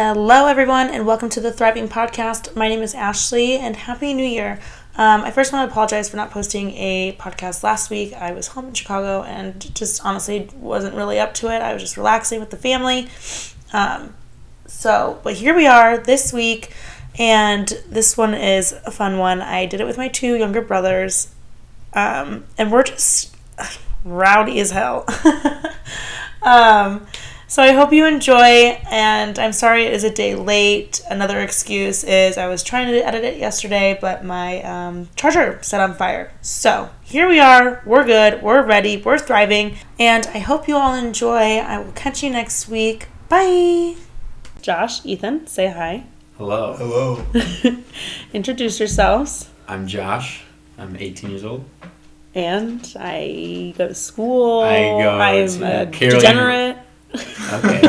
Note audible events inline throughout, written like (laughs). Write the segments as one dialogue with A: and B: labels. A: Hello, everyone, and welcome to the Thriving Podcast. My name is Ashley, and Happy New Year. Um, I first want to apologize for not posting a podcast last week. I was home in Chicago and just honestly wasn't really up to it. I was just relaxing with the family. Um, so, but here we are this week, and this one is a fun one. I did it with my two younger brothers, um, and we're just rowdy as hell. (laughs) um, so I hope you enjoy, and I'm sorry it is a day late. Another excuse is I was trying to edit it yesterday, but my um, charger set on fire. So here we are. We're good. We're ready. We're thriving, and I hope you all enjoy. I will catch you next week. Bye. Josh, Ethan, say hi.
B: Hello,
C: Hello.
A: Introduce yourselves.
B: I'm Josh. I'm 18
A: (laughs)
B: years old.
A: And I go to school.
B: I go
A: I'm
B: to
A: a
B: Carolina-
A: degenerate.
B: Okay.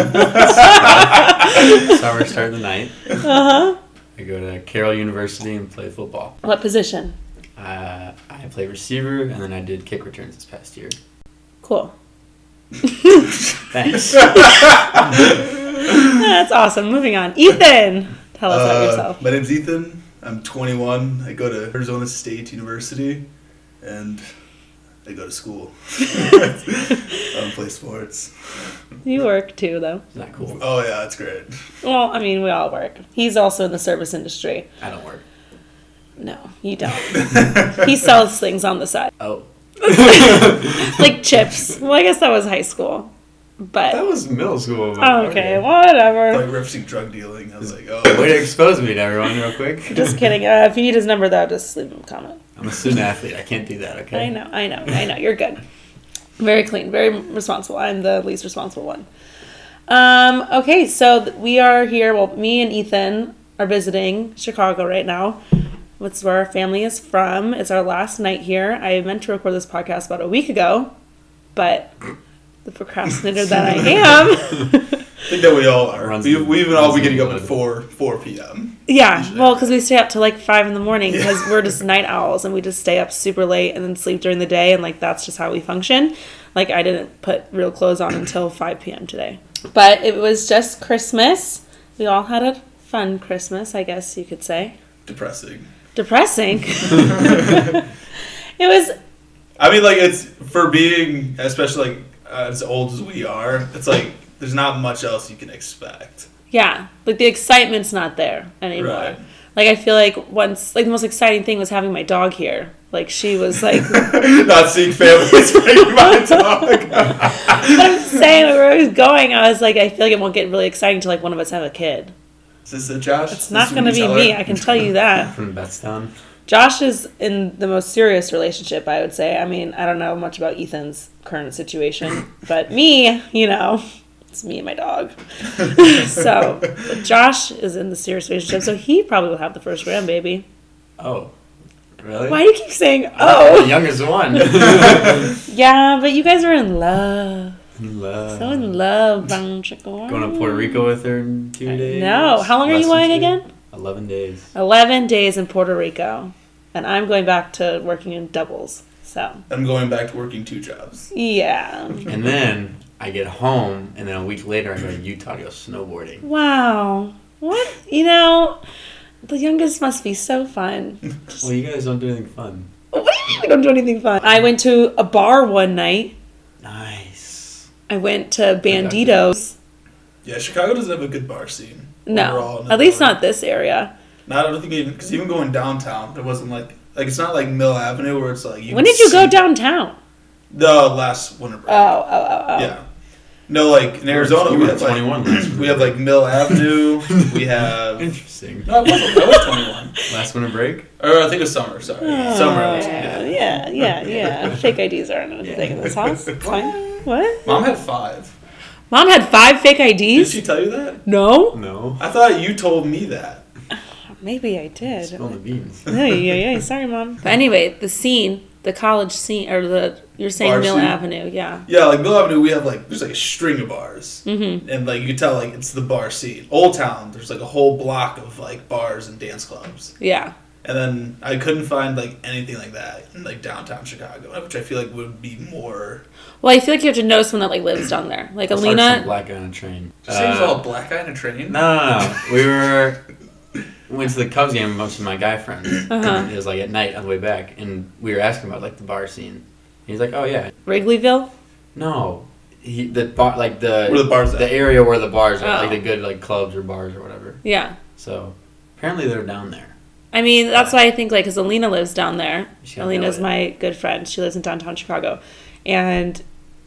B: Summer start of the night.
A: Uh huh.
B: I go to Carroll University and play football.
A: What position?
B: Uh, I play receiver and then I did kick returns this past year.
A: Cool. (laughs)
B: Thanks.
A: That's awesome. Moving on. Ethan, tell us about
C: Uh,
A: yourself.
C: My name's Ethan. I'm 21. I go to Arizona State University, and I go to school. (laughs) I don't play sports.
A: You work too, though.
B: Isn't that cool?
C: Oh yeah, that's great.
A: Well, I mean, we all work. He's also in the service industry.
B: I don't work.
A: No, you
C: (laughs)
A: don't. he sells things on the side,
B: Oh,
A: like chips. Well, I guess that was high school,
B: that
A: but
B: was middle school. but
A: Oh, okay,
C: Like
A: whatever.
C: referencing drug dealing, I was like, oh,
B: Way to expose me to everyone, real quick.
A: Just kidding. Uh, if you need his number, though, just leave him a comment.
B: I'm a student athlete. I can't do that. Okay.
A: I know, I know, I know. You're good. Very clean, very responsible. I'm the least responsible one. Um, okay, so th- we are here. Well, me and Ethan are visiting Chicago right now. That's where our family is from. It's our last night here. I meant to record this podcast about a week ago, but the procrastinator that I am.
C: I think that we all are.
B: Runs
C: we,
B: the-
C: we even all
B: runs
C: be
B: the
C: getting up at
B: blood.
C: four four p.m.
A: yeah, well, because we stay up till like five in the morning because we're just night owls and we just stay up super late and then sleep during the day and like that's just how we function. Like I didn't put real clothes on until five p.m. today, but it was just Christmas. We all had a fun Christmas, I guess you could say.
C: Depressing.
A: Depressing. it was
C: I mean, like it's for being especially like uh, as old as we are. It's like there's not much else you can expect. (laughs)
A: Yeah, like the excitement's not there anymore.
C: Right.
A: Like I feel like once, like the most exciting thing was having my dog here. Like she was like, but
C: not seeing families (laughs) bring my dog.
A: I'm saying like, where I was going, I was like, I feel like it won't get really exciting until like one of us have a kid.
C: Is this it, Josh?
A: It's not going to be me. I can tell you that.
B: From Bethstown.
A: Josh is in the most serious relationship, I would say. I mean, I don't know much about Ethan's current situation, but me, you know, it's me and my (laughs) dog.
C: (laughs)
A: so but Josh is in the serious relationship, so he probably will have the first grandbaby.
B: Oh, really?
A: Why do you keep saying
B: I'm the
A: oh? (laughs)
B: youngest one.
A: Yeah, but you guys are in love.
B: Love.
A: So in love, brown chicken.
B: Going to Puerto Rico with her in two days.
A: No, how long are
B: Less
A: you
B: than
A: going
B: two.
A: again?
B: Eleven days.
A: Eleven days in Puerto Rico, and I'm going back to working in doubles. So
C: I'm going back to working two jobs.
A: yeah,
B: And then I get home, and then a week later I go to Utah to go snowboarding.
A: wow. What you know? The youngest must be so fun. (laughs)
B: Well, you guys don't do anything fun.
A: What do you mean we don't do anything fun? I went to a bar one night.
B: Nice.
A: I went to Banditos.
C: Yeah, Chicago doesn't have a good bar scene.
A: No,
C: overall,
A: at least
C: another-
A: not this area.
C: Not I don't think even because even going downtown, there wasn't like like it's not like Mill Avenue where it's like. You
A: When
C: can
A: did you go
C: see-
A: downtown?
C: The last winter break.
A: Oh, oh, oh, oh.
C: Yeah. No, like in Arizona,
B: you
C: we
B: were
C: have like
B: 21 last
C: we have like
B: (laughs)
C: Mill Avenue. we have.
B: Interesting.
C: No, I wasn't. I was 21.
B: Last winter break.
C: Or I think it was summer. Sorry, summer. I was-
A: Oh, yeah, yeah,
C: yeah.
A: yeah,
C: (laughs)
A: yeah. Fake IDs aren't a thing in this house. It's fine. What?
C: Mom had five.
A: Mom had five fake
C: Did
A: IDs?
C: she tell you that?
A: No?
B: No.
C: I thought you told me that.
A: Maybe I (laughs) did.
B: Spill the beans.
A: Yeah, yeah, yeah. Sorry, mom. But anyway, the scene, the college scene, or the you're saying
C: Bar
A: Mill
C: scene?
A: Avenue, yeah.
C: Yeah, like Mill Avenue, we have like there's like a string of bars, mm-hmm. and like you could tell like it's the bar scene. Old Town, there's like a whole block of like bars and dance clubs.
A: Yeah.
C: And then I couldn't find like anything like that in like downtown Chicago, which I feel like would be more.
A: Well, I feel like you have to know someone that like lives down there. Like
B: Let's start some
A: Alina.
B: black guy on a train.
D: Just say he's
B: Uh,
D: all black guy in a train.
B: No, no, no. we were went to the Cubs game with most of my guy friends.
A: Uh-huh.
B: It was like at night on the way back, and we were asking about like the bar scene. He's like, "Oh yeah,
A: Wrigleyville?
B: no." He, the bar, like the
C: Where the bars at?
B: the area where the bars are,
A: Oh.
B: like the good like clubs or bars or whatever.
A: Yeah.
B: So apparently they're down there.
A: I mean, that's why I think like, because Alina lives down there.
B: She's gonna
A: Alina's
B: know it.
A: my good friend. She lives in downtown Chicago, and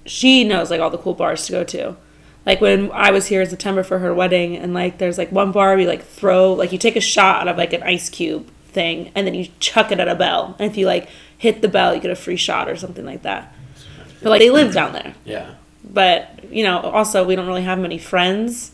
A: she knows like all the cool bars to go to. Like when I was here in September for her wedding, and like there's like one bar we like throw like you take a shot out of like an ice cube thing, and then you chuck it at a bell, and if you like hit the bell, you get a free shot or something like that. But like they live down there,
B: Yeah,
A: but you know also we don't really have many friends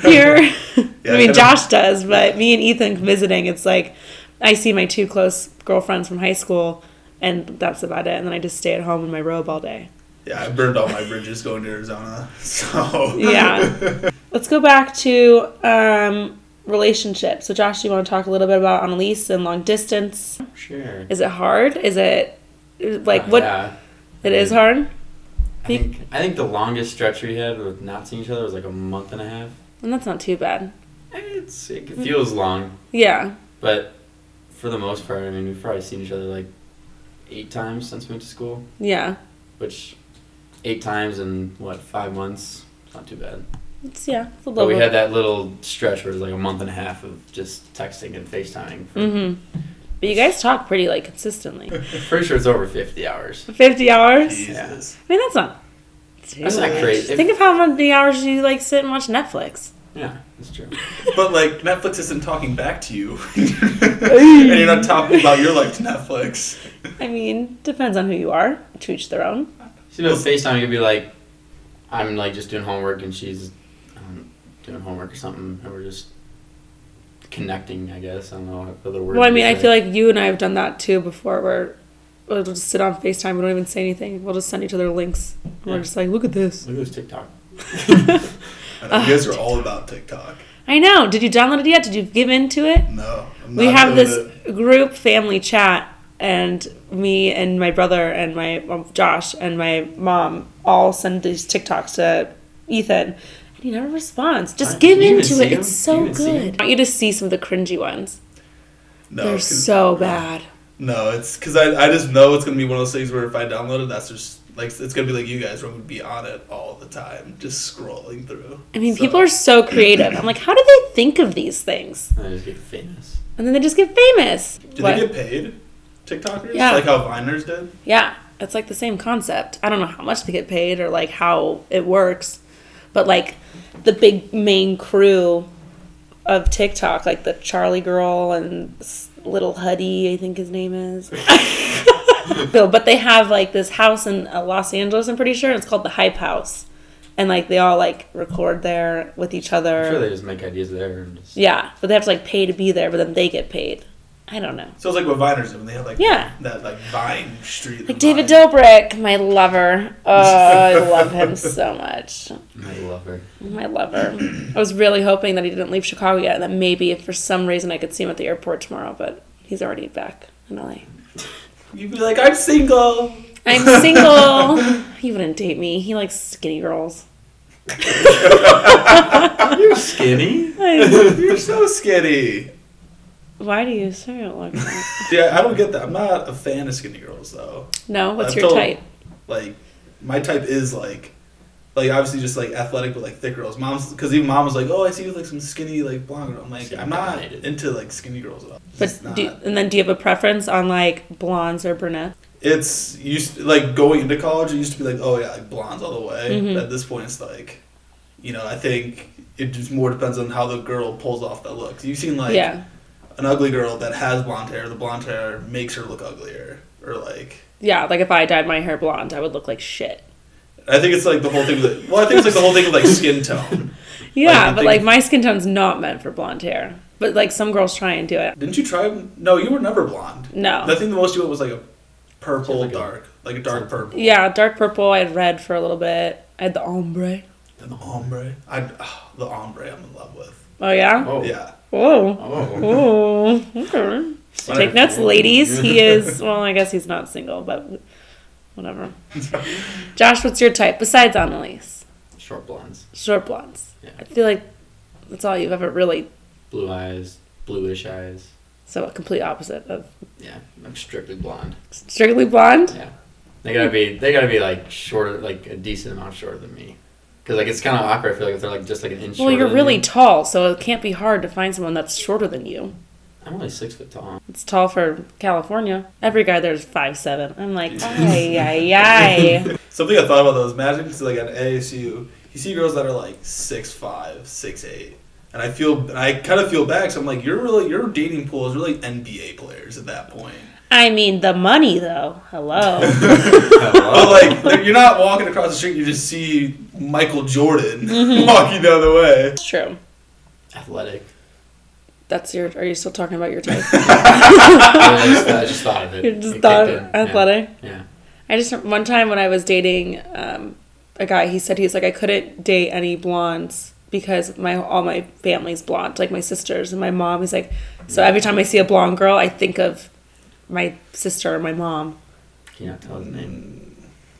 A: here.
C: Yeah,
A: I mean,
C: kinda-
A: Josh does, but me and Ethan visiting, it's like I see my two close girlfriends from high school, and that's about it. And then I just stay at home in my robe all day.
C: Yeah, I burned all my bridges going to Arizona. (laughs) So
A: Yeah.
C: (laughs)
A: Let's go back to um, relationships. So, Josh, you want to talk a little bit about Annalise and long distance?
B: sure.
A: Is it hard? Is it like
B: Uh,
A: what?
B: Yeah.
A: It is hard,
B: I think I think the longest stretch we had with not seeing each other was like a month and a half.
A: and that's not too bad.
B: It's it
A: Mm.
B: feels long,
A: Yeah.
B: but for the most part, I mean, we've probably seen each other like eight times since we went to school,
A: Yeah.
B: which eight times in what five months? It's not too bad.
A: It's yeah. It's a
B: But
A: little.
B: we had that little stretch where it was like a month and a half of just texting and FaceTiming.
A: Mm-hmm. But you guys talk pretty like consistently.
B: Pretty sure it's over fifty hours.
A: Fifty hours.
C: Jesus.
A: I mean, that's not.
B: That's not crazy.
A: Think of how many hours you like sit and watch
B: (laughs)
A: Netflix.
B: Yeah, that's true.
C: But like Netflix isn't talking back to you, (laughs) and you're not talking about your life to Netflix.
A: I mean, depends on who you are. To each their own.
B: See, with FaceTime, you'd be like, I'm like just doing homework and she's um, doing homework or something, and we're just connecting, I guess. I don't know what other word.
A: Well, I
B: to
A: mean, I
B: say.
A: feel like you and I have done that too before, where we'll just sit on Facetime. We don't even say anything. We'll just send each other links. And We're
B: Yeah.
A: just like, look at this.
B: Look at this TikTok.
C: I know, you guys are all about TikTok.
A: I know. Did you download it yet? Did you give in to it?
C: No, I'm
A: we
C: not
A: have
C: doing
A: this
C: it.
A: group family chat and me and my brother and my well, josh and my mom all send these tiktoks to ethan and he never responds just
B: Right.
A: give
B: You even
A: in to
B: see
A: it
B: him?
A: it's
B: You
A: so
B: even see him?
A: good i want you to see some of the cringy ones
C: No,
A: they're
C: 'cause-
A: so bad
C: No, it's because I, I just know it's gonna be one of those things where if I download it, that's just like it's gonna be like you guys where I'm gonna be on it all the time, just scrolling through.
A: i mean
C: So-
A: people are so creative i'm like how do they think of these things
B: I just get famous.
A: and then they just get famous
C: Did
A: What?
C: they get paid? TikTokers,
A: Yeah.
C: like how Viners did.
A: Yeah, it's like the same concept. I don't know how much they get paid or like how it works, but like the big main crew of TikTok, like the Charlie girl and s- little Huddy, I think his name is. (laughs) Bill, but they have like this house in uh, Los Angeles, I'm pretty sure. and It's called the Hype House. And like they all like record there with each other.
B: I'm sure they just make ideas there and just.
A: yeah, but they have to like pay to be there, but then they get paid. I don't know.
C: So it's like what Viners did when they had like
A: Yeah.
C: that like Vine Street.
A: Like
C: Vine.
A: David Dobrik, my
C: (laughs)
A: lover. Oh, I love him so much.
B: I love her.
A: My lover. I was really hoping that he didn't leave Chicago yet, and that maybe if for some reason I could see him at the airport tomorrow, but he's already back in LA.
C: You'd be like,
A: (laughs)
C: I'm single.
A: I'm
C: (laughs)
A: single. he wouldn't date me. He likes skinny girls. (laughs)
B: You're skinny.
C: (laughs)
A: I-
C: You're so skinny.
A: Why do you say it like that?
C: (laughs) Yeah, I don't get that. I'm not a fan of skinny girls though.
A: No, what's
C: I've
A: your
C: told-
A: type?
C: Like, my type is like, like obviously just like athletic, but like thick girls. Mom's because even mom was like, oh, I see you with, like some skinny like blonde girl. I'm like,
B: She
C: I'm not
B: dominated.
C: into like skinny girls at all.
A: But
C: It's not.
A: do, and then do you have a preference on like blondes or brunettes?
C: it's used like going into college. It used to be like, oh yeah, like blondes all the way.
A: Mhm.
C: But at this point, it's like, you know, I think it just more depends on how the girl pulls off that look. You've seen like
A: yeah,
C: an ugly girl that has blonde hair. The blonde hair makes her look uglier, or like.
A: yeah. Like if I dyed my hair blonde, I would look like shit.
C: I think it's like the whole thing. With, well, I think it's like the whole thing of like skin tone.
A: Yeah,
C: Like,
A: but
C: they-
A: like my skin tone's not meant for blonde hair. But like some girls try and do it.
C: Didn't you try? No, you were never blonde.
A: No.
C: I think the most you went was like a purple
B: Like a-
C: dark, like a dark purple.
A: Yeah, dark purple. I had red for a little bit. I had the ombre.
C: And the ombre. I oh, the ombre. I'm in love with.
A: Oh yeah.
B: Oh,
C: Yeah,
A: Whoa.
B: Oh.
A: Ooh. Okay. Take notes, ladies. He is,
B: (laughs)
A: well, I guess he's not single, but whatever. Josh, what's your type besides Annalise?
B: Short blondes,
A: Short blondes.
B: Yeah.
A: I feel like that's all you've ever really,
B: blue eyes, bluish eyes.
A: so a complete opposite of
B: Yeah, I'm strictly blonde.
A: strictly blonde.
B: Yeah, they gotta be. They gotta be like shorter, like a decent amount shorter than me. Cause like it's kind of awkward. I feel like if they're like just like an inch.
A: Well,
B: shorter
A: you're
B: than
A: really
B: me.
A: tall, so it can't be hard to find someone that's shorter than you.
B: I'm only six foot tall.
A: (laughs) It's tall for California. Every guy there's five seven. I'm like, ay
B: (laughs)
A: ay ay.
C: Something I thought about though is imagine because like at ASU, you see girls that are like six five, six eight, and I feel and I kind of feel bad. So I'm like, you're really your dating pool is really NBA players at that point.
A: I mean, the money though.
B: (laughs)
A: Hello.
C: But like they're- you're not walking across the street, you just see Michael Jordan (laughs) walking the other way.
A: That's true.
B: Athletic.
A: That's your. Are you still talking about your type? (laughs)
B: I, just, I just thought of it.
A: You're
B: It
A: just
B: kicked
A: thought
B: in. Yeah.
A: athletic.
B: Yeah.
A: I just one time when I was dating um, a guy, he said he's like I couldn't date any blondes because my all my family's blonde, like my sisters and my mom. He's like, so every time I see a blonde girl, I think of my sister or my mom.
B: Can you not tell his name?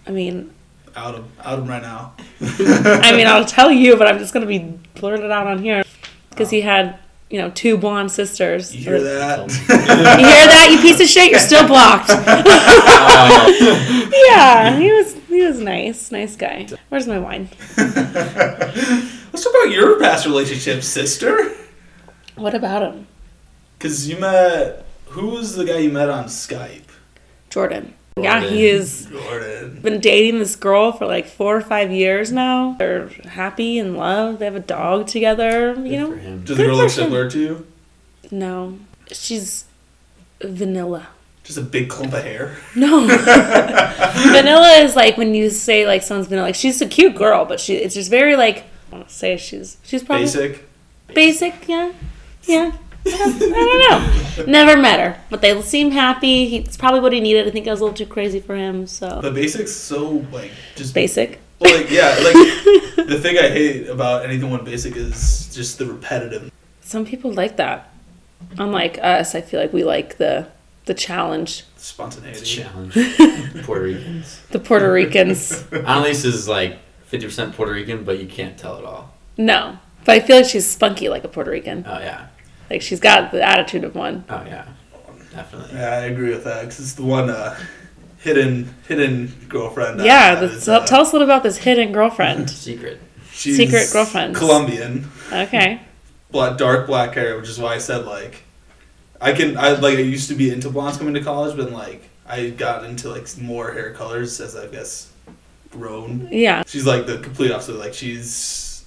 A: I mean,
C: Out of out of right now.
A: I mean, I'll tell you, but I'm just gonna be blurted out on here because he had you know two blonde sisters.
C: You hear that?
A: You hear that, you piece of shit? You're still
C: (laughs)
A: blocked. Oh, yeah, he was he was nice, nice guy. Where's my wine?
C: (laughs) Let's talk about your past relationship, sister.
A: What about him,
C: Cause you met who was the guy you met on Skype?
A: Jordan? Yeah, he has
C: Jordan.
A: been dating this girl for like four or five years now. They're happy in love. They have a dog together. You
B: Good for
A: know,
B: him.
C: Does the
A: Good
C: girl look
A: for him.
C: similar to you?
A: no, she's vanilla.
C: Just a big clump of hair.
A: No. vanilla is like when you say like someone's vanilla. Like she's a cute girl, but she it's just very like I want to say she's she's probably
C: Basic.
A: basic, yeah, yeah. I don't know. Never met her, but they seem happy. He, it's probably what he needed. I think I was a little too crazy for him, so
C: But basic's so like just
A: basic. (laughs)
C: Well, (laughs) like yeah, like the thing I hate about anything on basic is just the repetitive.
A: Some people like that. Unlike us, I feel like we like the the challenge. (laughs)
C: Spontaneity.
B: Challenge. Puerto Ricans.
A: The Puerto Ricans,
B: Annalise is like 50% Puerto Rican, but you can't tell at all.
A: no. But I feel like she's spunky like a Puerto Rican.
B: Oh, yeah.
A: Like she's got the attitude of one.
B: Oh, yeah. Definitely.
C: Yeah, I agree with that because it's the one uh, hidden hidden girlfriend. I
A: yeah.
C: had
A: that's-
C: is,
A: tell-
C: uh,
A: tell us a little about this hidden (laughs) girlfriend.
B: Secret.
C: she's
A: secret girlfriends.
C: Colombian,
A: Okay.
C: black, dark black hair, which is why I said like, I can I like I used to be into blondes coming to college, but like I got into like more hair colors as I guess grown.
A: Yeah.
C: She's like the complete opposite. Like she's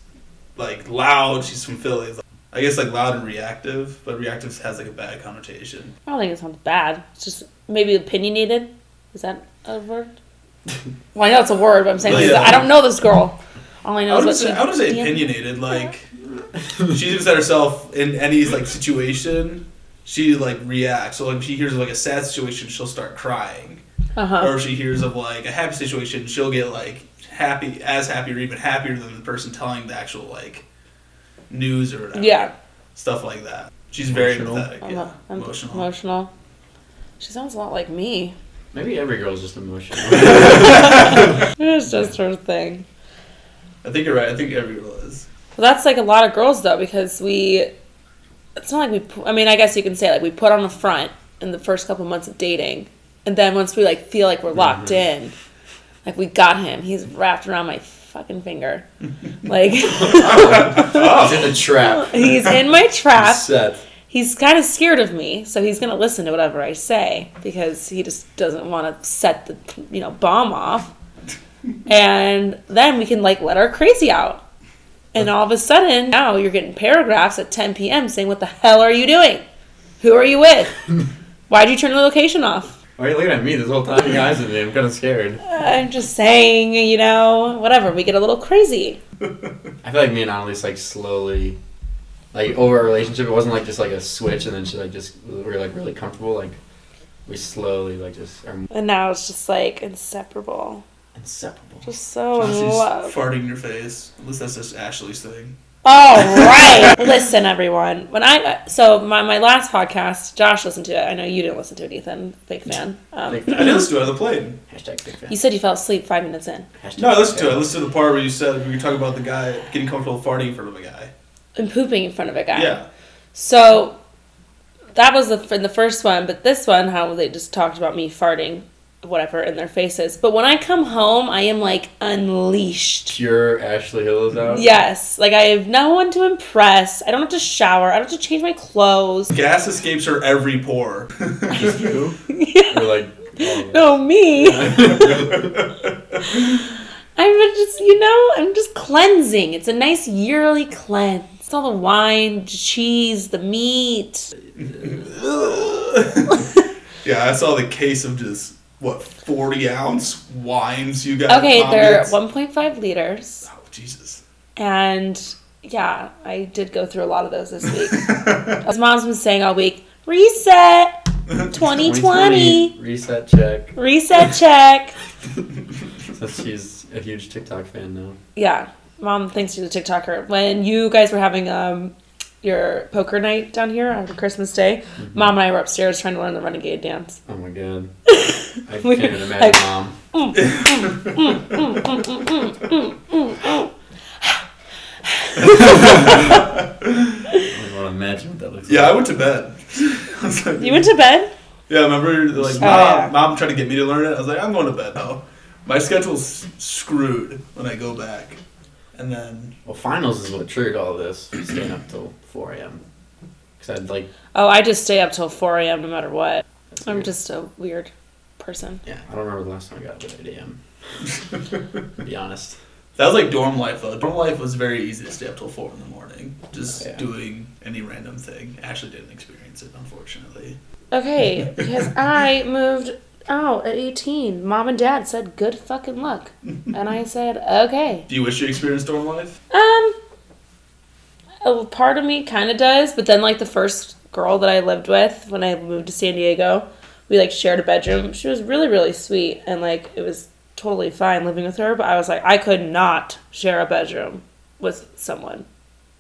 C: like loud. She's from Philly. I guess like loud and reactive, but reactive has like a bad connotation.
A: I don't think it sounds bad. It's just maybe opinionated. Is that a word? (laughs) well, I know it's a word, but I'm saying
C: Yeah.
A: this is- I don't know this girl. All I know
C: I would
A: is
C: say,
A: what
C: I would say
A: Yeah.
C: opinionated. Like she looks at herself in any like situation, she like reacts. So like she hears of, like a sad situation, she'll start crying.
A: Uh-huh.
C: Or if she hears of like a happy situation, she'll get like happy as happy or even happier than the person telling the actual like news or whatever.
A: Yeah.
C: Stuff like that. She's very
B: Emotional.
C: empathetic.
A: I'm,
C: Yeah.
A: I'm
C: emotional.
A: emotional. She sounds a lot like me.
B: Maybe every girl's just emotional.
A: It's just her thing.
C: I think you're right. I think every girl is.
A: Well, that's like a lot of girls though, because we. It's not like we. pu- I mean, I guess you can say like we put on a front in the first couple months of dating, and then once we like feel like we're locked in, like we got him. He's wrapped around my fucking finger, like (laughs)
B: It's in the trap.
A: he's in my trap.
B: Set.
A: He's kind of scared of me, so he's gonna listen to whatever I say because he just doesn't want to set the you know bomb off. And then we can like let our crazy out. And all of a sudden, now you're getting paragraphs at 10 p.m. saying, "What the hell are you doing? Who are you with? Why'd you turn the location off?"
B: Why are you looking at me this whole time? You guys with me. I'm kind of scared.
A: I'm just saying, you know, whatever. We get a little crazy.
B: I feel like me and Annalise like slowly, like over our relationship, it wasn't like just like a switch and then she like just we were like really comfortable. Like we slowly like just are
A: And now it's just like inseparable,
B: inseparable.
A: just so
C: She's
A: in Oh, love.
C: farting in your face. At least that's just Ashley's thing.
B: (laughs)
A: All right. listen, everyone. When I so my, my last podcast, Josh listened to it. I know you didn't listen to it, Ethan. Big fan. Um,
B: Big
C: I
B: fan.
C: did listen to it on the plane.
B: Hashtag big fan.
A: you said you fell asleep five minutes in.
B: Hashtag
C: No, I
B: big
C: listened to it. I
B: fan.
C: listened to the part where you said we were talking about the guy getting comfortable farting in front of a guy.
A: and pooping in front of a guy.
C: Yeah.
A: So that was the in the first one, but this one, how they just talked about me farting, whatever, in their faces. But when I come home, I am like unleashed.
B: Pure Ashley Hill is out.
A: Yes, like I have no one to impress. I don't have to shower. I don't have to change my clothes. (laughs)
C: Gas escapes her every pore.
B: Just (laughs)
C: (laughs)
B: you. We're like. oh.
A: (laughs) No, me. I'm just, you know, I'm just cleansing. It's a nice yearly cleanse. It's all the wine, cheese, the meat.
C: yeah, I saw the case of just what forty ounce wines you got.
A: Okay, they're
C: comments.
A: 1.5 liters.
C: Oh, Jesus. (laughs)
A: And yeah, I did go through a lot of those this week.
C: (laughs)
A: As mom's been saying all week, reset 2020,
B: Reset check.
A: reset check.
B: So she's a huge TikTok fan now.
A: Yeah, mom thinks she's a TikToker. When you guys were having um, your poker night down here on Christmas Day, mom and I were upstairs trying to learn the renegade dance.
B: Oh
A: (laughs)
B: my god. I can't
A: We-
B: even imagine
A: like-
B: mom. I don't want to imagine what that looks
C: Yeah, I
B: like.
C: went to bed. (laughs) I was like,
A: You went to bed?
C: yeah, I remember like mom,
A: yeah.
C: mom tried to get me to learn it. I was like, I'm going to bed now. My schedule's screwed when I go back. And then
B: Well, finals is what triggered all this. Staying up till 4 a.m. Because I'd like.
A: Oh, I just stay up till 4 a.m. no matter what.
B: that's
A: I'm
B: weird.
A: just a weird person.
B: Yeah, I don't remember the last time I got up at 8 a.m. to be honest.
C: that was like dorm life though. Dorm life was very easy to stay up till four in the morning, just
B: Oh, yeah.
C: doing any random thing. Ashley didn't experience it, unfortunately.
A: Okay, because I moved out at 18. Mom and dad said, good fucking luck. And I said, okay.
C: Do you wish you experienced dorm life?
A: Um, a part of me kind of does, but then, like, the first girl that I lived with when I moved to San Diego, we, like, shared a bedroom. She was really, really sweet, and, like, it was totally fine living with her, but I was like, I could not share a bedroom with someone.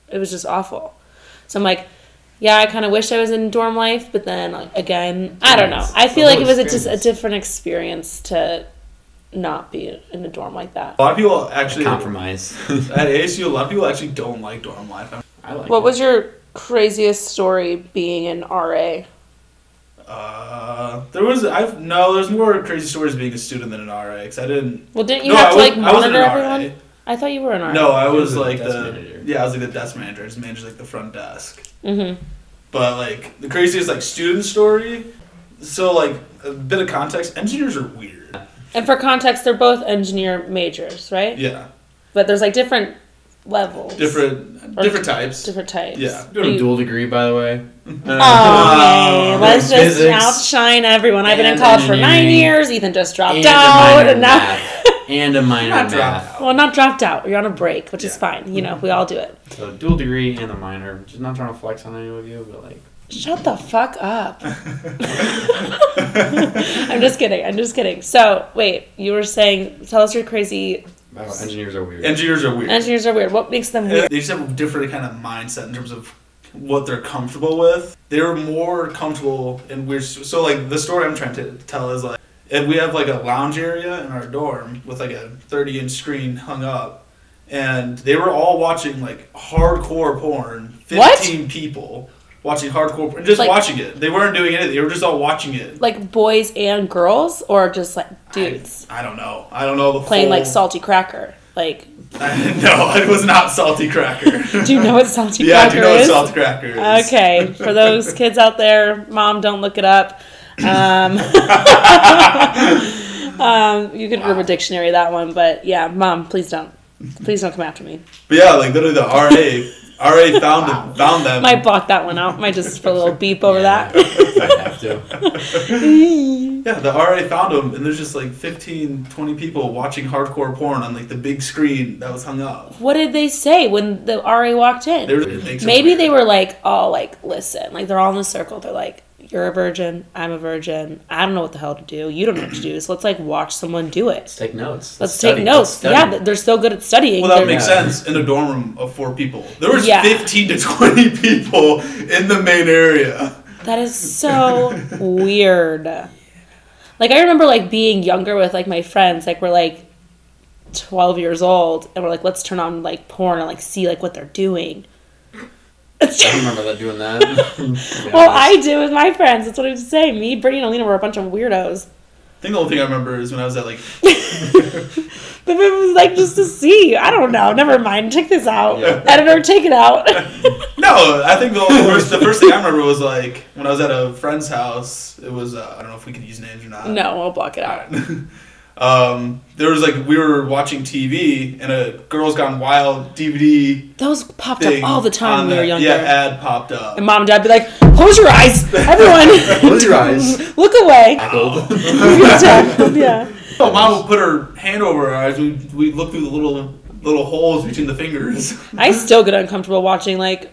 A: It was just awful. So I'm like, yeah, I kind of wish I was in dorm life, but then like, again, I don't know. I feel like it was a, just a different experience to not be in a dorm like that.
C: A lot of people actually
B: Compromise.
C: (laughs) at ASU. A lot of people actually don't like dorm life.
B: I like
A: What
B: it.
A: was your craziest story being an RA?
C: Uh, there was I've no. There's more crazy stories being a student than an RA. Cause I didn't.
A: Well, didn't you
C: no,
A: have
C: I
A: to
C: was-
A: like
C: I wasn't
A: monitor
C: an RA.
A: everyone? I thought you were an RA.
C: No, I
B: He
C: was
B: was a
C: like
B: desk
C: the
B: manager.
C: yeah, I was like the desk manager. I just managed like the front desk.
A: Mm-hmm.
C: But like the craziest like student story. So like a bit of context, engineers are weird.
A: And for context, they're both engineer majors, right?
C: Yeah,
A: But there's like different levels,
C: different
A: Or
C: different types.
A: different types.
C: Yeah.
B: Doing
A: Mm.
B: a dual degree, by the way.
C: (laughs)
A: Oh,
C: Uh,
A: let's just
B: physics
A: outshine everyone. I've been in
B: and
A: college for nine
B: engineering.
A: years. Ethan just dropped
B: (laughs)
A: (laughs)
B: and a
A: out,
B: minor in
A: and now
B: math.
A: (laughs)
B: and a minor in
C: Not
B: math.
C: dropped out.
A: well, not dropped out. You're on a break, which is
C: Yeah. Mm-hmm.
A: fine. You know, we all do it.
B: So dual degree and a minor. Just not trying to flex on any of you, but like
A: Shut the fuck up. (laughs) I'm just kidding. I'm just kidding. So wait, you were saying? Tell us your crazy.
B: I don't know, engineers are
A: (laughs)
B: weird.
C: Engineers are weird.
A: Engineers are weird. What makes them weird?
C: They just have a different kind of mindset in terms of what they're comfortable with. They're more comfortable and we're so like the story I'm trying to tell is like if we have like a lounge area in our dorm with like a 30 inch screen hung up, and they were all watching like hardcore porn. 15
A: What?
C: people watching hardcore porn, just
A: Like-
C: watching it. They weren't doing anything. They were just all watching it.
A: Like boys and girls, or just like dudes
C: I don't know. I don't know the
A: playing like
C: whole-
A: salty cracker? Like,
C: (laughs) no, it was not
A: (laughs)
C: salty cracker.
A: do you know what salty
C: yeah, I
A: cracker
C: do know what
A: is?
C: salty cracker is.
A: Okay, for those kids out there, mom, don't look it up.
C: (laughs)
A: Um, (laughs) um, you could Urban Dictionary that one, but yeah, mom, please don't. Please don't come after me.
C: But yeah, like literally the RA RA found them, found them.
A: Might block that one out. Might just put a little beep over
B: Yeah,
A: that.
B: I have to.
C: yeah, the RA found them, and there's just like 15, 20 people watching hardcore porn on like the big screen that was hung up.
A: What did they say when the RA walked in?
C: They were, it makes it
A: Maybe
C: weird.
A: "Oh, they were like, all like, listen, like they're all in a circle. They're like, you're a virgin, I'm a virgin, I don't know what the hell to do, you don't know what to do, so let's like watch someone do
B: Let's
A: it.
B: take notes.
A: Let's
B: study,
A: take notes.
B: study.
A: Yeah, they're so good at studying.
C: Well, that
A: They're-
C: makes
B: Yeah.
C: sense in a dorm room of four people. There was
A: Yeah.
C: 15 to 20 (laughs) people in the main area.
A: That is so weird. Like I remember like being younger with like my friends, like we're like twelve years old and we're like, let's turn on like porn and like see like what they're doing. (laughs)
B: I don't remember that doing that. Yeah,
A: (laughs) well, I do with my friends. That's what I'm saying. Me, Brittany, and Alina were a bunch of weirdos. (laughs)
C: I think the only thing I remember is when I was at like
A: But it was like just to see. I don't know. Never mind. Take this out.
B: Yeah.
A: Editor, take it out. (laughs)
C: No, I think the only first the first thing I remember was like when I was at a friend's house. It was uh, I don't know if we could use names or not.
A: no, I'll block it
C: (laughs)
A: out.
C: um, there was like we were watching TV and a Girls Gone Wild DVD
A: Those popped
C: thing
A: up all the time when
C: on
A: we were
C: that-
A: younger.
C: Yeah, ad popped up.
A: And mom and dad would be like, close your eyes, everyone.
B: (laughs) Close your eyes.
A: (laughs) Look
B: (laughs)
A: away. yeah.
C: So mom would put her hand over our eyes. We we look through the little little holes between the fingers. (laughs)
A: I still get uncomfortable watching like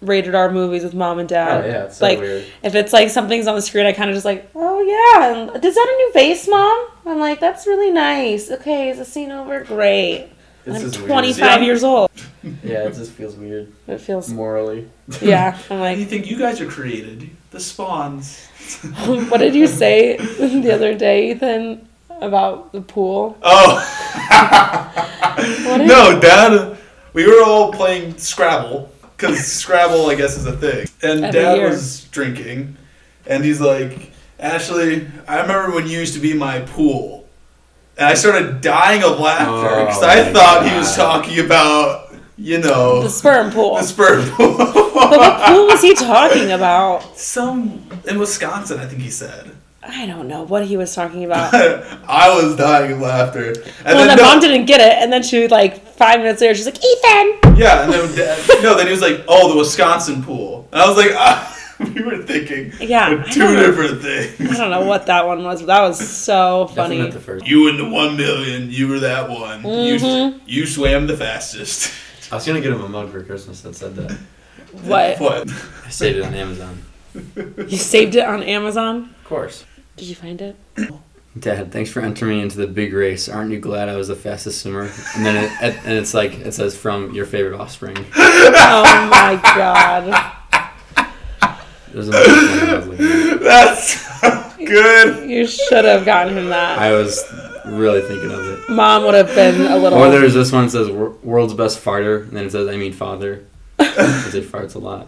A: rated R movies with mom and dad.
B: Oh, yeah, it's so
A: like
B: weird.
A: if it's like something's on the screen, I kind of just like, oh yeah, and, is that a new vase, mom? I'm like, that's really nice. Okay, is the scene over? Great.
B: (laughs) This
A: I'm
B: is weird.
A: 25
C: Yeah.
A: years old.
B: Yeah, it just feels weird
A: It feels
B: morally.
A: yeah. I'm
C: How do you
A: like, (laughs)
C: think you guys are created? The spawns.
A: what did you say (laughs) the other day, Ethan, about the pool?
C: Oh.
A: What is-
C: no, Dad. We were all playing Scrabble because Scrabble, I guess, is a thing. And
A: Every
C: Dad
A: year.
C: was drinking, and he's like, "Ashley, I remember when you used to be my pool." And I started dying of laughter because
B: Oh,
C: I
B: my
C: thought he was
B: God.
C: talking about, you know,
A: The sperm pool.
C: the sperm
A: But
C: pool. (laughs)
A: what pool was he talking about?
C: Some in Wisconsin, I think he said. (laughs)
A: I don't know what he was talking
B: (laughs)
A: about.
C: I was dying of laughter. And
A: well, then
C: no-
A: mom didn't get it, and then she like five minutes later, she's like, Ethan.
C: Yeah, and then dad, no, then (laughs) he was like, "Oh, the Wisconsin pool," and I was like, (laughs) ah, "We were thinking,
A: Yeah,
C: of
A: I
C: two
A: don't know.
C: different things."
A: I don't know what that one was, but that was so
B: Definitely
A: funny.
B: not the first.
C: You and the one million, you were that one.
A: Mhm.
C: You you swam the fastest.
B: I was gonna get him a mug for Christmas that said that.
A: What?
C: (laughs) What?
B: I saved it on Amazon.
A: You saved it on Amazon?
B: Of course.
A: Did you find
B: (laughs)
A: it?
B: Dad, thanks for entering into the big race. Aren't you glad I was the fastest swimmer? And then it, it, and it's like it says from your favorite offspring.
A: Oh my god.
B: It was another one I was looking at.
A: (laughs)
C: That's good.
A: You should have gotten him that.
B: I was really thinking of it.
A: Mom would have been a little.
B: Or there's this one that says "Wor- world's best farter, and then it says I mean father. Because it farts a lot.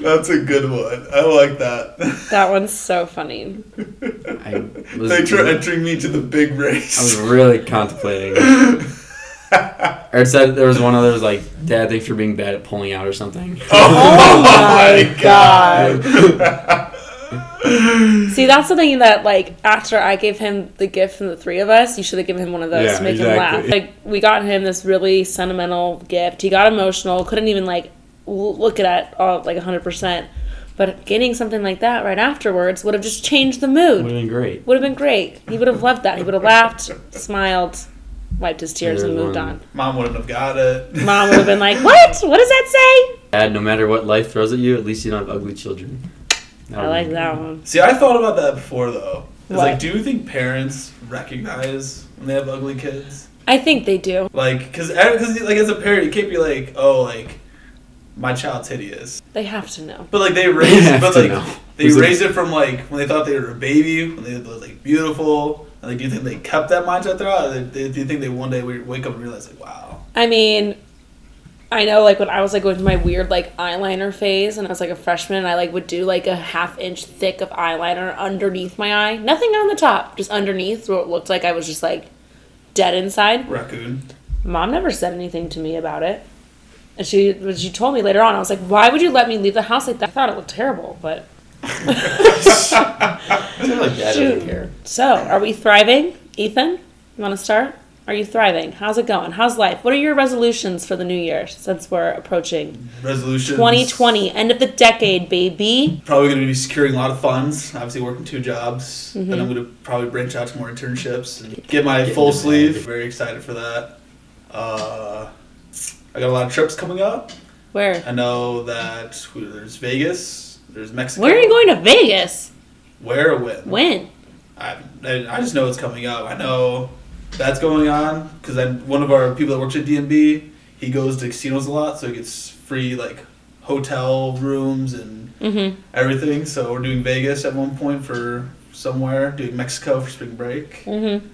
C: That's a good one. I like that.
A: That one's so funny.
B: I was,
C: Thanks for entering me to the big race.
B: I
C: (laughs)
B: was
A: (laughs)
B: really contemplating. or it said there was one other was like, Dad, thanks for being bad at pulling out or something.
A: (laughs) Oh my
C: god.
A: See, that's something that like after I gave him the gift from the three of us, you should have given him one of those
B: Yeah,
A: to make
B: exactly.
A: him laugh. Like we got him this really sentimental gift. He got emotional, couldn't even like l- look at it all like hundred percent. But getting something like that right afterwards would have just changed the
B: Would have
A: mood.
B: been great.
A: Would have been great. He would have loved that. He would have laughed, smiled, wiped his tears, and
B: There's
A: moved
B: one.
A: on.
C: Mom wouldn't have got it.
A: Mom would have been like, "What? What does that say?"
B: Dad, no matter what life throws at you, at least you don't have ugly children.
A: I like that one.
C: See, I thought about that before though. It's
A: What?
C: like, do you think parents recognize when they have ugly kids?
A: I think they do.
C: Like, cause, ev- cause like as a parent, you can't be like, oh, like my child's hideous.
A: They have to know.
C: But
B: (laughs)
C: like they raised,
B: have
C: but
B: to
C: like
B: know.
C: they
B: Who's a-
C: raised it from like when they thought they were a baby, when they were like beautiful. And, like, do you think they kept that mindset throughout? Or they- they- do you think they one day we wake up and realize like, wow,
A: I mean, I know like when I was like going through my weird like eyeliner phase and I was like a freshman, I like would do like a half inch thick of eyeliner underneath my eye. Nothing on the top, just underneath where it looked like I was just like dead inside.
C: raccoon?
A: Mom never said anything to me about it. And she when she told me later on, I was like, Why would you let me leave the house like that? I thought it looked terrible, but
B: I feel like Dad
A: Shoot. (laughs)
B: doesn't care.
A: so are we thriving? Ethan, you wanna start? Are you thriving? How's it going? How's life? What are your resolutions for the new year since we're approaching
C: Resolution
A: 2020, end of the decade, baby.
C: Probably going to be securing a lot of funds. Obviously, working two jobs. and Then I'm going to probably branch out to more internships and get my
B: Get
C: full
B: into
C: sleeve.
B: that.
C: Very excited for that. Uh, I got a lot of trips coming up.
A: Where?
C: I know that there's Vegas, There's Mexico.
A: Where are you going to Vegas?
C: Where or when?
A: When?
C: I, I I just know it's coming up. I know that's going on because then one of our people that works at DMB, he goes to casinos a lot, so he gets free like hotel rooms and
A: Mm-hmm.
C: everything. So we're doing Vegas at one point for somewhere, doing Mexico for spring break,
A: Mm-hmm.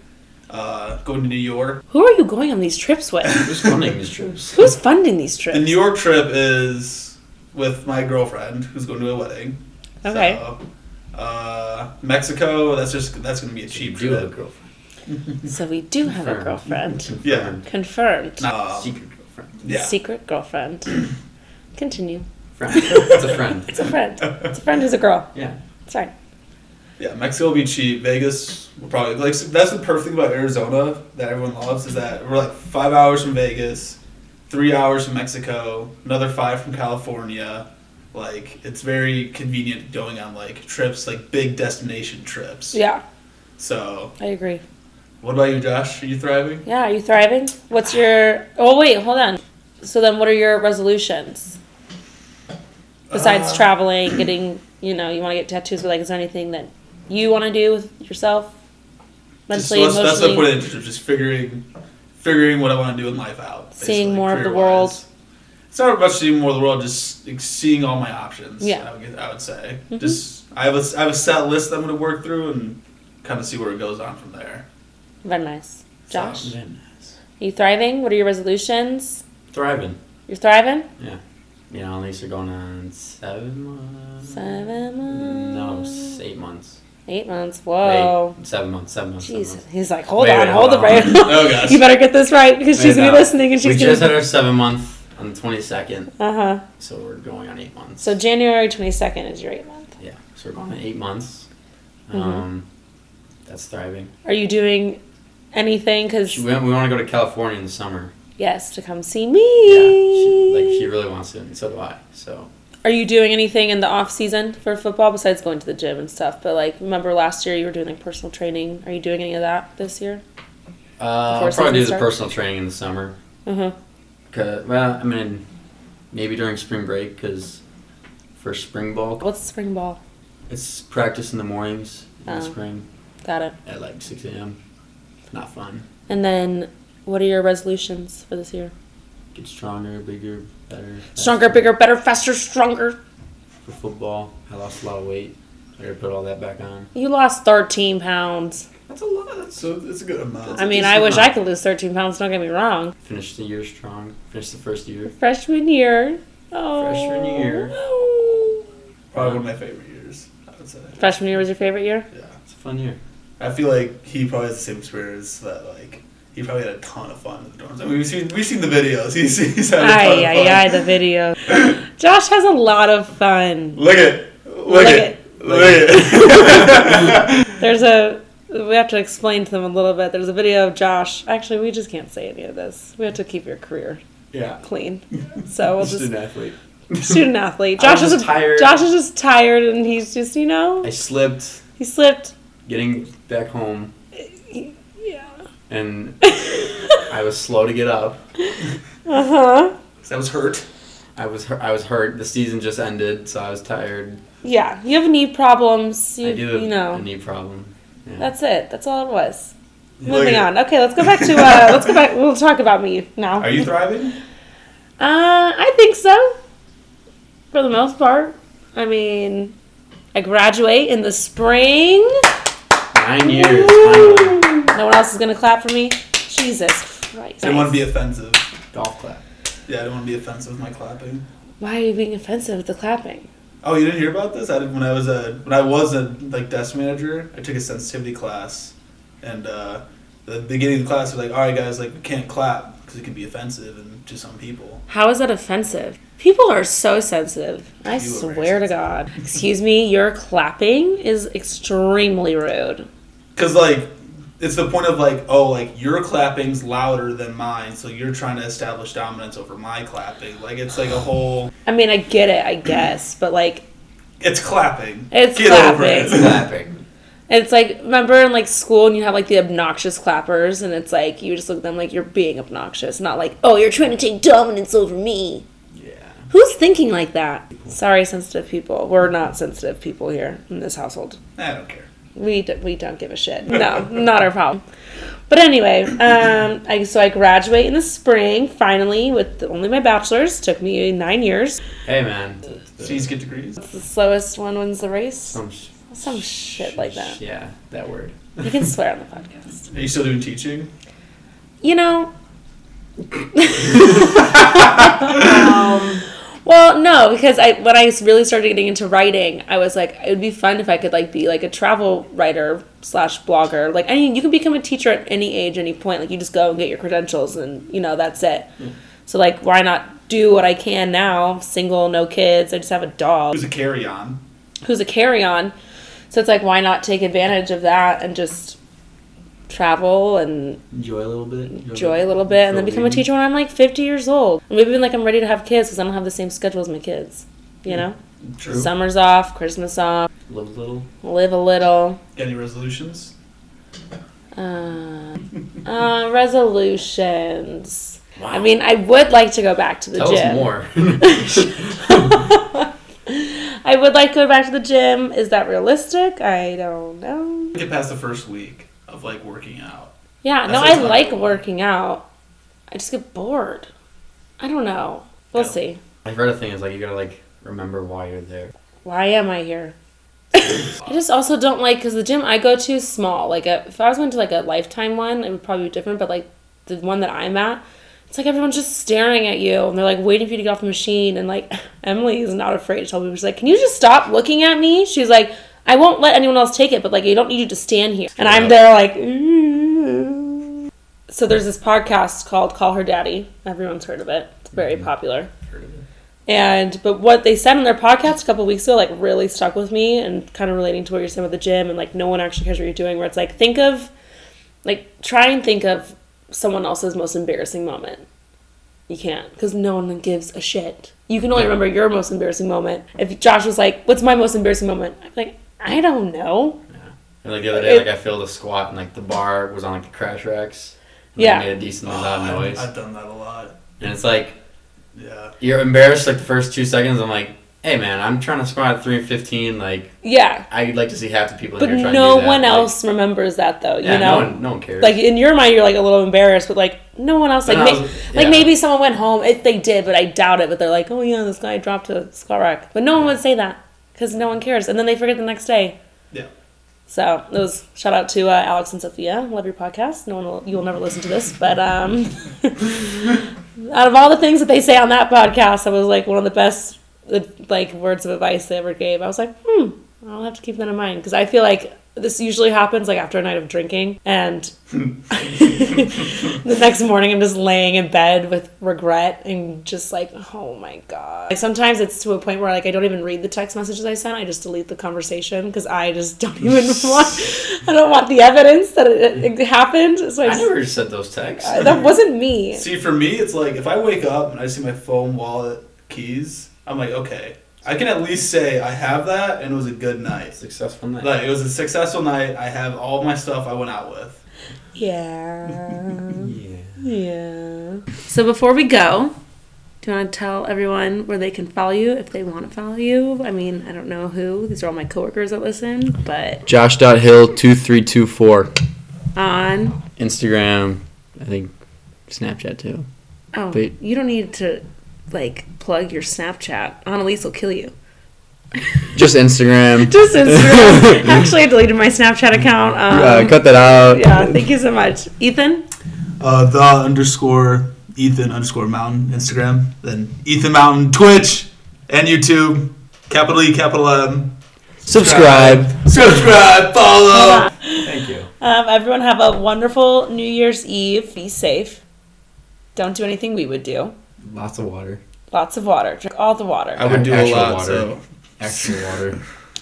C: uh, going to New York.
A: Who are you going on these trips with?
B: Who's funding these trips?
A: Who's funding these trips?
C: The New York trip is with my girlfriend who's going to a wedding.
A: Okay.
C: So, uh, Mexico, that's just that's gonna be a cheap
B: You do have a
C: trip.
B: girlfriend.
A: So we do have a
B: Confirmed.
A: girlfriend.
C: Yeah.
A: Confirmed.
C: Um,
B: Secret girlfriend.
C: yeah.
A: Secret
C: (clears throat)
A: girlfriend. Continue. (laughs)
B: Friend. It's a friend.
A: It's a friend. It's a friend who's a girl.
B: Yeah.
A: Sorry.
C: Yeah, Mexico will be cheap. Vegas will probably like so that's the perfect thing about Arizona that everyone loves is that we're like five hours from Vegas, three hours from Mexico, another five from California. Like it's very convenient going on like trips, like big destination trips.
A: Yeah,
C: So,
A: I agree.
C: what about you, Josh? Are you thriving?
A: Yeah, are you thriving? What's your. Oh, wait, hold on. So then what are your resolutions? Besides
C: Uh,
A: traveling, getting, you know, you want to get tattoos, but like, is there anything that you want to do with yourself?
C: Just-
A: Mentally,
C: that's, that's the
A: emotionally?
C: point of the trip, just figuring, figuring what I want to do in life out. basically,
A: Seeing more of the
C: career-wise.
A: world.
C: It's not about seeing more of the world, just like, seeing all my options.
A: Yeah. Mm-hmm.
C: I would, get- I would say. Just I have a s- I have a set list that I'm going to work through and kind of see where it goes on from there.
A: Very nice. Josh,
B: Very nice.
A: you thriving? What are your resolutions?
B: Thriving.
A: You're thriving?
B: You know, at least you're going on seven months.
A: Seven
B: No, s-
A: months.
B: eight months.
A: Eight months. Whoa.
B: Eight, seven months. Seven months. seven
A: Jeez.
B: months.
A: He's like, hold
B: Wait,
A: on,
B: wait,
A: hold
B: hold
A: the
B: on.
A: right.
C: (laughs) Oh
A: (laughs)
C: gosh.
A: you better get this right because (laughs) she's
B: Wait,
A: gonna be
B: no.
A: listening and
B: uh, We
A: she's
B: just
A: gonna.
B: had our seven month on the twenty second,
A: Uh huh.
B: so we're going on eight months.
A: So January twenty second is your eight month.
B: yeah, so we're going on eight months.
A: Mhm.
B: Um, that's thriving.
A: Are you doing anything? Because
B: She went, we want to go to California in the summer.
A: yes, to come see
B: Yeah,
A: me.
B: she, like she really wants to, and so do I. So
A: Are you doing anything in the off season for football besides going to the gym and stuff? But like, remember last year you were doing like personal training. Are you doing any of that this year?
B: uh, I'll
A: Before
B: probably
A: season
B: do the
A: starts?
B: personal training in the summer.
A: Uh huh.
B: Cause, well, I mean, maybe during spring break because for spring ball,
A: What's spring ball?
B: it's practice in the mornings in
A: Oh.
B: the spring
A: Got it.
B: at like six a.m. Not fun.
A: And then, what are your resolutions for this year?
B: Get stronger, bigger, better.
A: Stronger,
B: faster.
A: bigger, better, faster, stronger.
B: For football, I lost a lot of weight. I gotta put all that back on.
A: You lost 13 pounds.
C: That's a lot. That's so that's a good amount.
A: I mean, I wish I could lose 13 pounds, don't get me wrong.
B: Finish the year strong. Finish the first year.
A: Freshman year. Oh.
B: Freshman year.
A: Oh.
C: Probably one of my favorite years. I would say.
A: Freshman year was your favorite year?
C: Yeah.
B: It's a fun year.
C: I feel like he probably has the same experience that like. He probably had a ton of fun in the dorms. I mean, we've seen we've seen the videos. (laughs) He's, he's had a ton
A: Ay,
C: of
A: ay,
C: fun.
A: ay, the video. Josh has a lot of fun.
C: Look it. Look,
A: Look
C: it. Look it.
A: There's a. We have to explain to them a little bit. There's a video of Josh. Actually, we just can't say any of this. We have to keep your career
B: Yeah.
A: clean. So we'll just.
B: an athlete.
A: Student athlete.
B: (laughs) I
A: Josh
B: was
A: is a,
B: just tired.
A: Josh is just tired, and he's just you know
B: I slipped
A: he slipped.
B: getting back home,
A: Yeah. (laughs)
B: and I was slow to get up.
A: Uh huh.
C: that was hurt.
B: I was hu- I was hurt. The season just ended, so I was tired.
A: Yeah. You have knee problems. You,
B: I do have
A: you know.
B: a knee problem. Yeah.
A: That's it. That's all it was.
C: Look
A: Moving
C: it.
A: on. Okay, let's go back
C: (laughs)
A: to uh let's go back we'll talk about me now.
C: Are you thriving?
A: Uh I think so. For the most part. I mean I graduate in the spring.
B: Nine years. finally.
A: No one else is gonna clap for me. Jesus Christ.
C: I didn't want to be offensive.
B: Golf clap.
C: Yeah, I didn't want to be offensive with my clapping.
A: Why are you being offensive with the clapping?
C: Oh, you didn't hear about this? I did when I was a when I was a like desk manager. I took a sensitivity class, and uh, the beginning of the class was like, "All right, guys, like we can't clap because it can be offensive and to some people."
A: How is that offensive? People are so sensitive. I
C: You are
A: swear to God. Excuse me, your clapping is extremely rude.
C: Because like it's the point of like, oh, like your clapping's louder than mine, so you're trying to establish dominance over my clapping. Like it's like a whole.
A: I mean, I get it, I guess, but like
C: It's clapping.
A: It's clapping.
B: Clapping.
A: It's like remember in like school and you have like the obnoxious clappers and it's like you just look at them like you're being obnoxious, not like, oh, you're trying to take dominance over me.
B: Yeah.
A: Who's thinking like that?
B: people.
A: Sorry, sensitive people. We're not sensitive people here in this household.
C: (laughs) I don't care.
A: We d- we don't give a shit. No, (laughs) not our problem. But anyway, um, I, so I graduate in the spring finally with only my bachelor's. Took me nine years.
B: Hey man,
C: C's get degrees.
A: It's the slowest one wins the race.
B: some sh-
A: Some shit like that.
B: Yeah, that word.
A: You can swear on the podcast.
C: Are you still doing teaching?
A: You know,
E: Um,
A: Well, no, because I when I really started getting into writing, I was like, it would be fun if I could like be like a travel writer slash blogger. Like, I mean, you can become a teacher at any age, any point. Like, you just go and get your credentials, and you know that's it. So like, why not do what I can now? Single, no kids. I just have a dog
C: Who's a carry on?
A: who's a carry on. So it's like, why not take advantage of that and just travel and
B: Enjoy a little bit.
A: enjoy a little bit, and then become a teacher when I'm like 50 years old. Maybe like I'm ready to have kids because I don't have the same schedule as my kids. You know.
C: True.
A: Summer's off, Christmas off,
B: Live a little.
A: live a little.
C: Got any resolutions?
A: Uh,
B: (laughs)
A: uh, resolutions. I mean, I would like to go back to the
B: Tell
A: gym.
B: us more.
A: (laughs) I would like to go back to the gym. Is that realistic? I don't know.
C: Get past the first week of like working out.
A: Yeah, no,
C: That's
A: I
C: what
A: like
C: it's like.
A: working out. I just get bored. I don't know. We'll
C: Yeah.
A: see.
B: I've read a thing. It's (laughs) like you gotta like remember why you're there.
A: Why am I here? (coughs) I just also don't like because the gym I go to is small. Like a, if I was going to like a lifetime one, it would probably be different. But like the one that I'm at, it's like everyone's just staring at you and they're like waiting for you to get off the machine. And like (laughs) Emily is not afraid to tell people she's like, "Can you just stop looking at me?" She's like, "I won't let anyone else take it, but like I don't need you to stand here." And I'm there like. "Ooh." So there's this podcast called Call Her Daddy. Everyone's heard of it. It's very popular.
B: Heard of it.
A: And but what they said on their podcast a couple weeks ago, like really stuck with me, and kind of relating to what you're saying about the gym, and like no one actually cares what you're doing. Where it's like think of, like try and think of someone else's most embarrassing moment. You can't because no one gives a shit. You can only remember your most embarrassing moment. If Josh was like, "What's my most embarrassing moment?" I'm like, "I don't know."
B: And like the other day,
A: It-
B: like I filled a squat and like the bar was on like the crash racks. And,
A: Yeah.
B: Like, made a decent
C: Oh,
B: loud
C: I've-
B: noise.
C: I've done that a lot.
B: and it's like
C: Yeah.
B: you're embarrassed like the first two seconds. I'm like, hey man, I'm trying to squat at three and fifteen. Like
A: Yeah,
B: I'd like to see half the people
A: but
B: in here try
A: no
B: to do that.
A: one
B: Like,
A: else remembers that though.
B: Yeah,
A: you know,
B: no one, no one cares.
A: like in your mind you're like a little embarrassed but like no one else like
B: But I
A: may-
B: was-
A: like
B: yeah.
A: maybe someone went home if they did but i doubt it but they're like oh yeah this guy dropped a squat rack but no one would say that because no one cares and then they forget the next day
C: Yeah.
A: so it was shout out to uh, alex and sophia love your podcast no one will you will never listen to this but um out of all the things that they say on that podcast that was like one of the best uh, like words of advice they ever gave i was like hmm i'll have to keep that in mind because i feel like this usually happens like after a night of drinking and (laughs) the next morning i'm just laying in bed with regret and just like oh my god like sometimes it's to a point where like i don't even read the text messages i sent i just delete the conversation because i just don't (laughs) even want i don't want the evidence that it, it happened so I
B: I
A: just,
B: never sent those texts.
A: I- that wasn't me
C: See, for me, it's like if I wake up and I see my phone, wallet, keys, I'm like, okay, I can at least say I have that and it was a good night.
B: Successful night.
C: Like, it was a successful night. I have all my stuff I went out with.
A: yeah
B: yeah.
A: Yeah. So before we go, do you want to tell everyone where they can follow you if they want to follow you? I mean, I don't know who. These are all my coworkers that listen, but
B: Josh.hill2324.
A: on.
B: Instagram, I think Snapchat too.
A: Oh,
B: But-
A: you don't need to like plug your Snapchat. Annalise will kill you.
B: Just Instagram.
A: Just Instagram. Actually, I deleted my Snapchat account. Um,
B: uh, cut that out.
A: yeah, thank you so much, Ethan.
C: Uh, the underscore Ethan underscore Mountain Instagram, then Ethan Mountain Twitch and YouTube, capital E, capital M.
B: Subscribe.
C: Subscribe, follow.
B: Thank you.
A: Um, everyone have a wonderful New Year's Eve. Be safe. Don't do anything we would do.
B: Lots of water.
A: Lots of water. Drink all the water.
C: I would do a
B: Actual
C: lot,
B: water.
C: so
B: Actual water.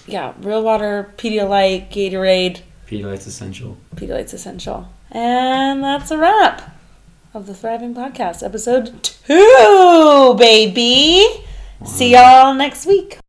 A: Yeah, real water, Pedialyte, Gatorade,
B: Pedialyte's essential.
A: Pedialyte's essential. And that's a wrap of the Thriving Podcast, episode two, baby. See y'all next week.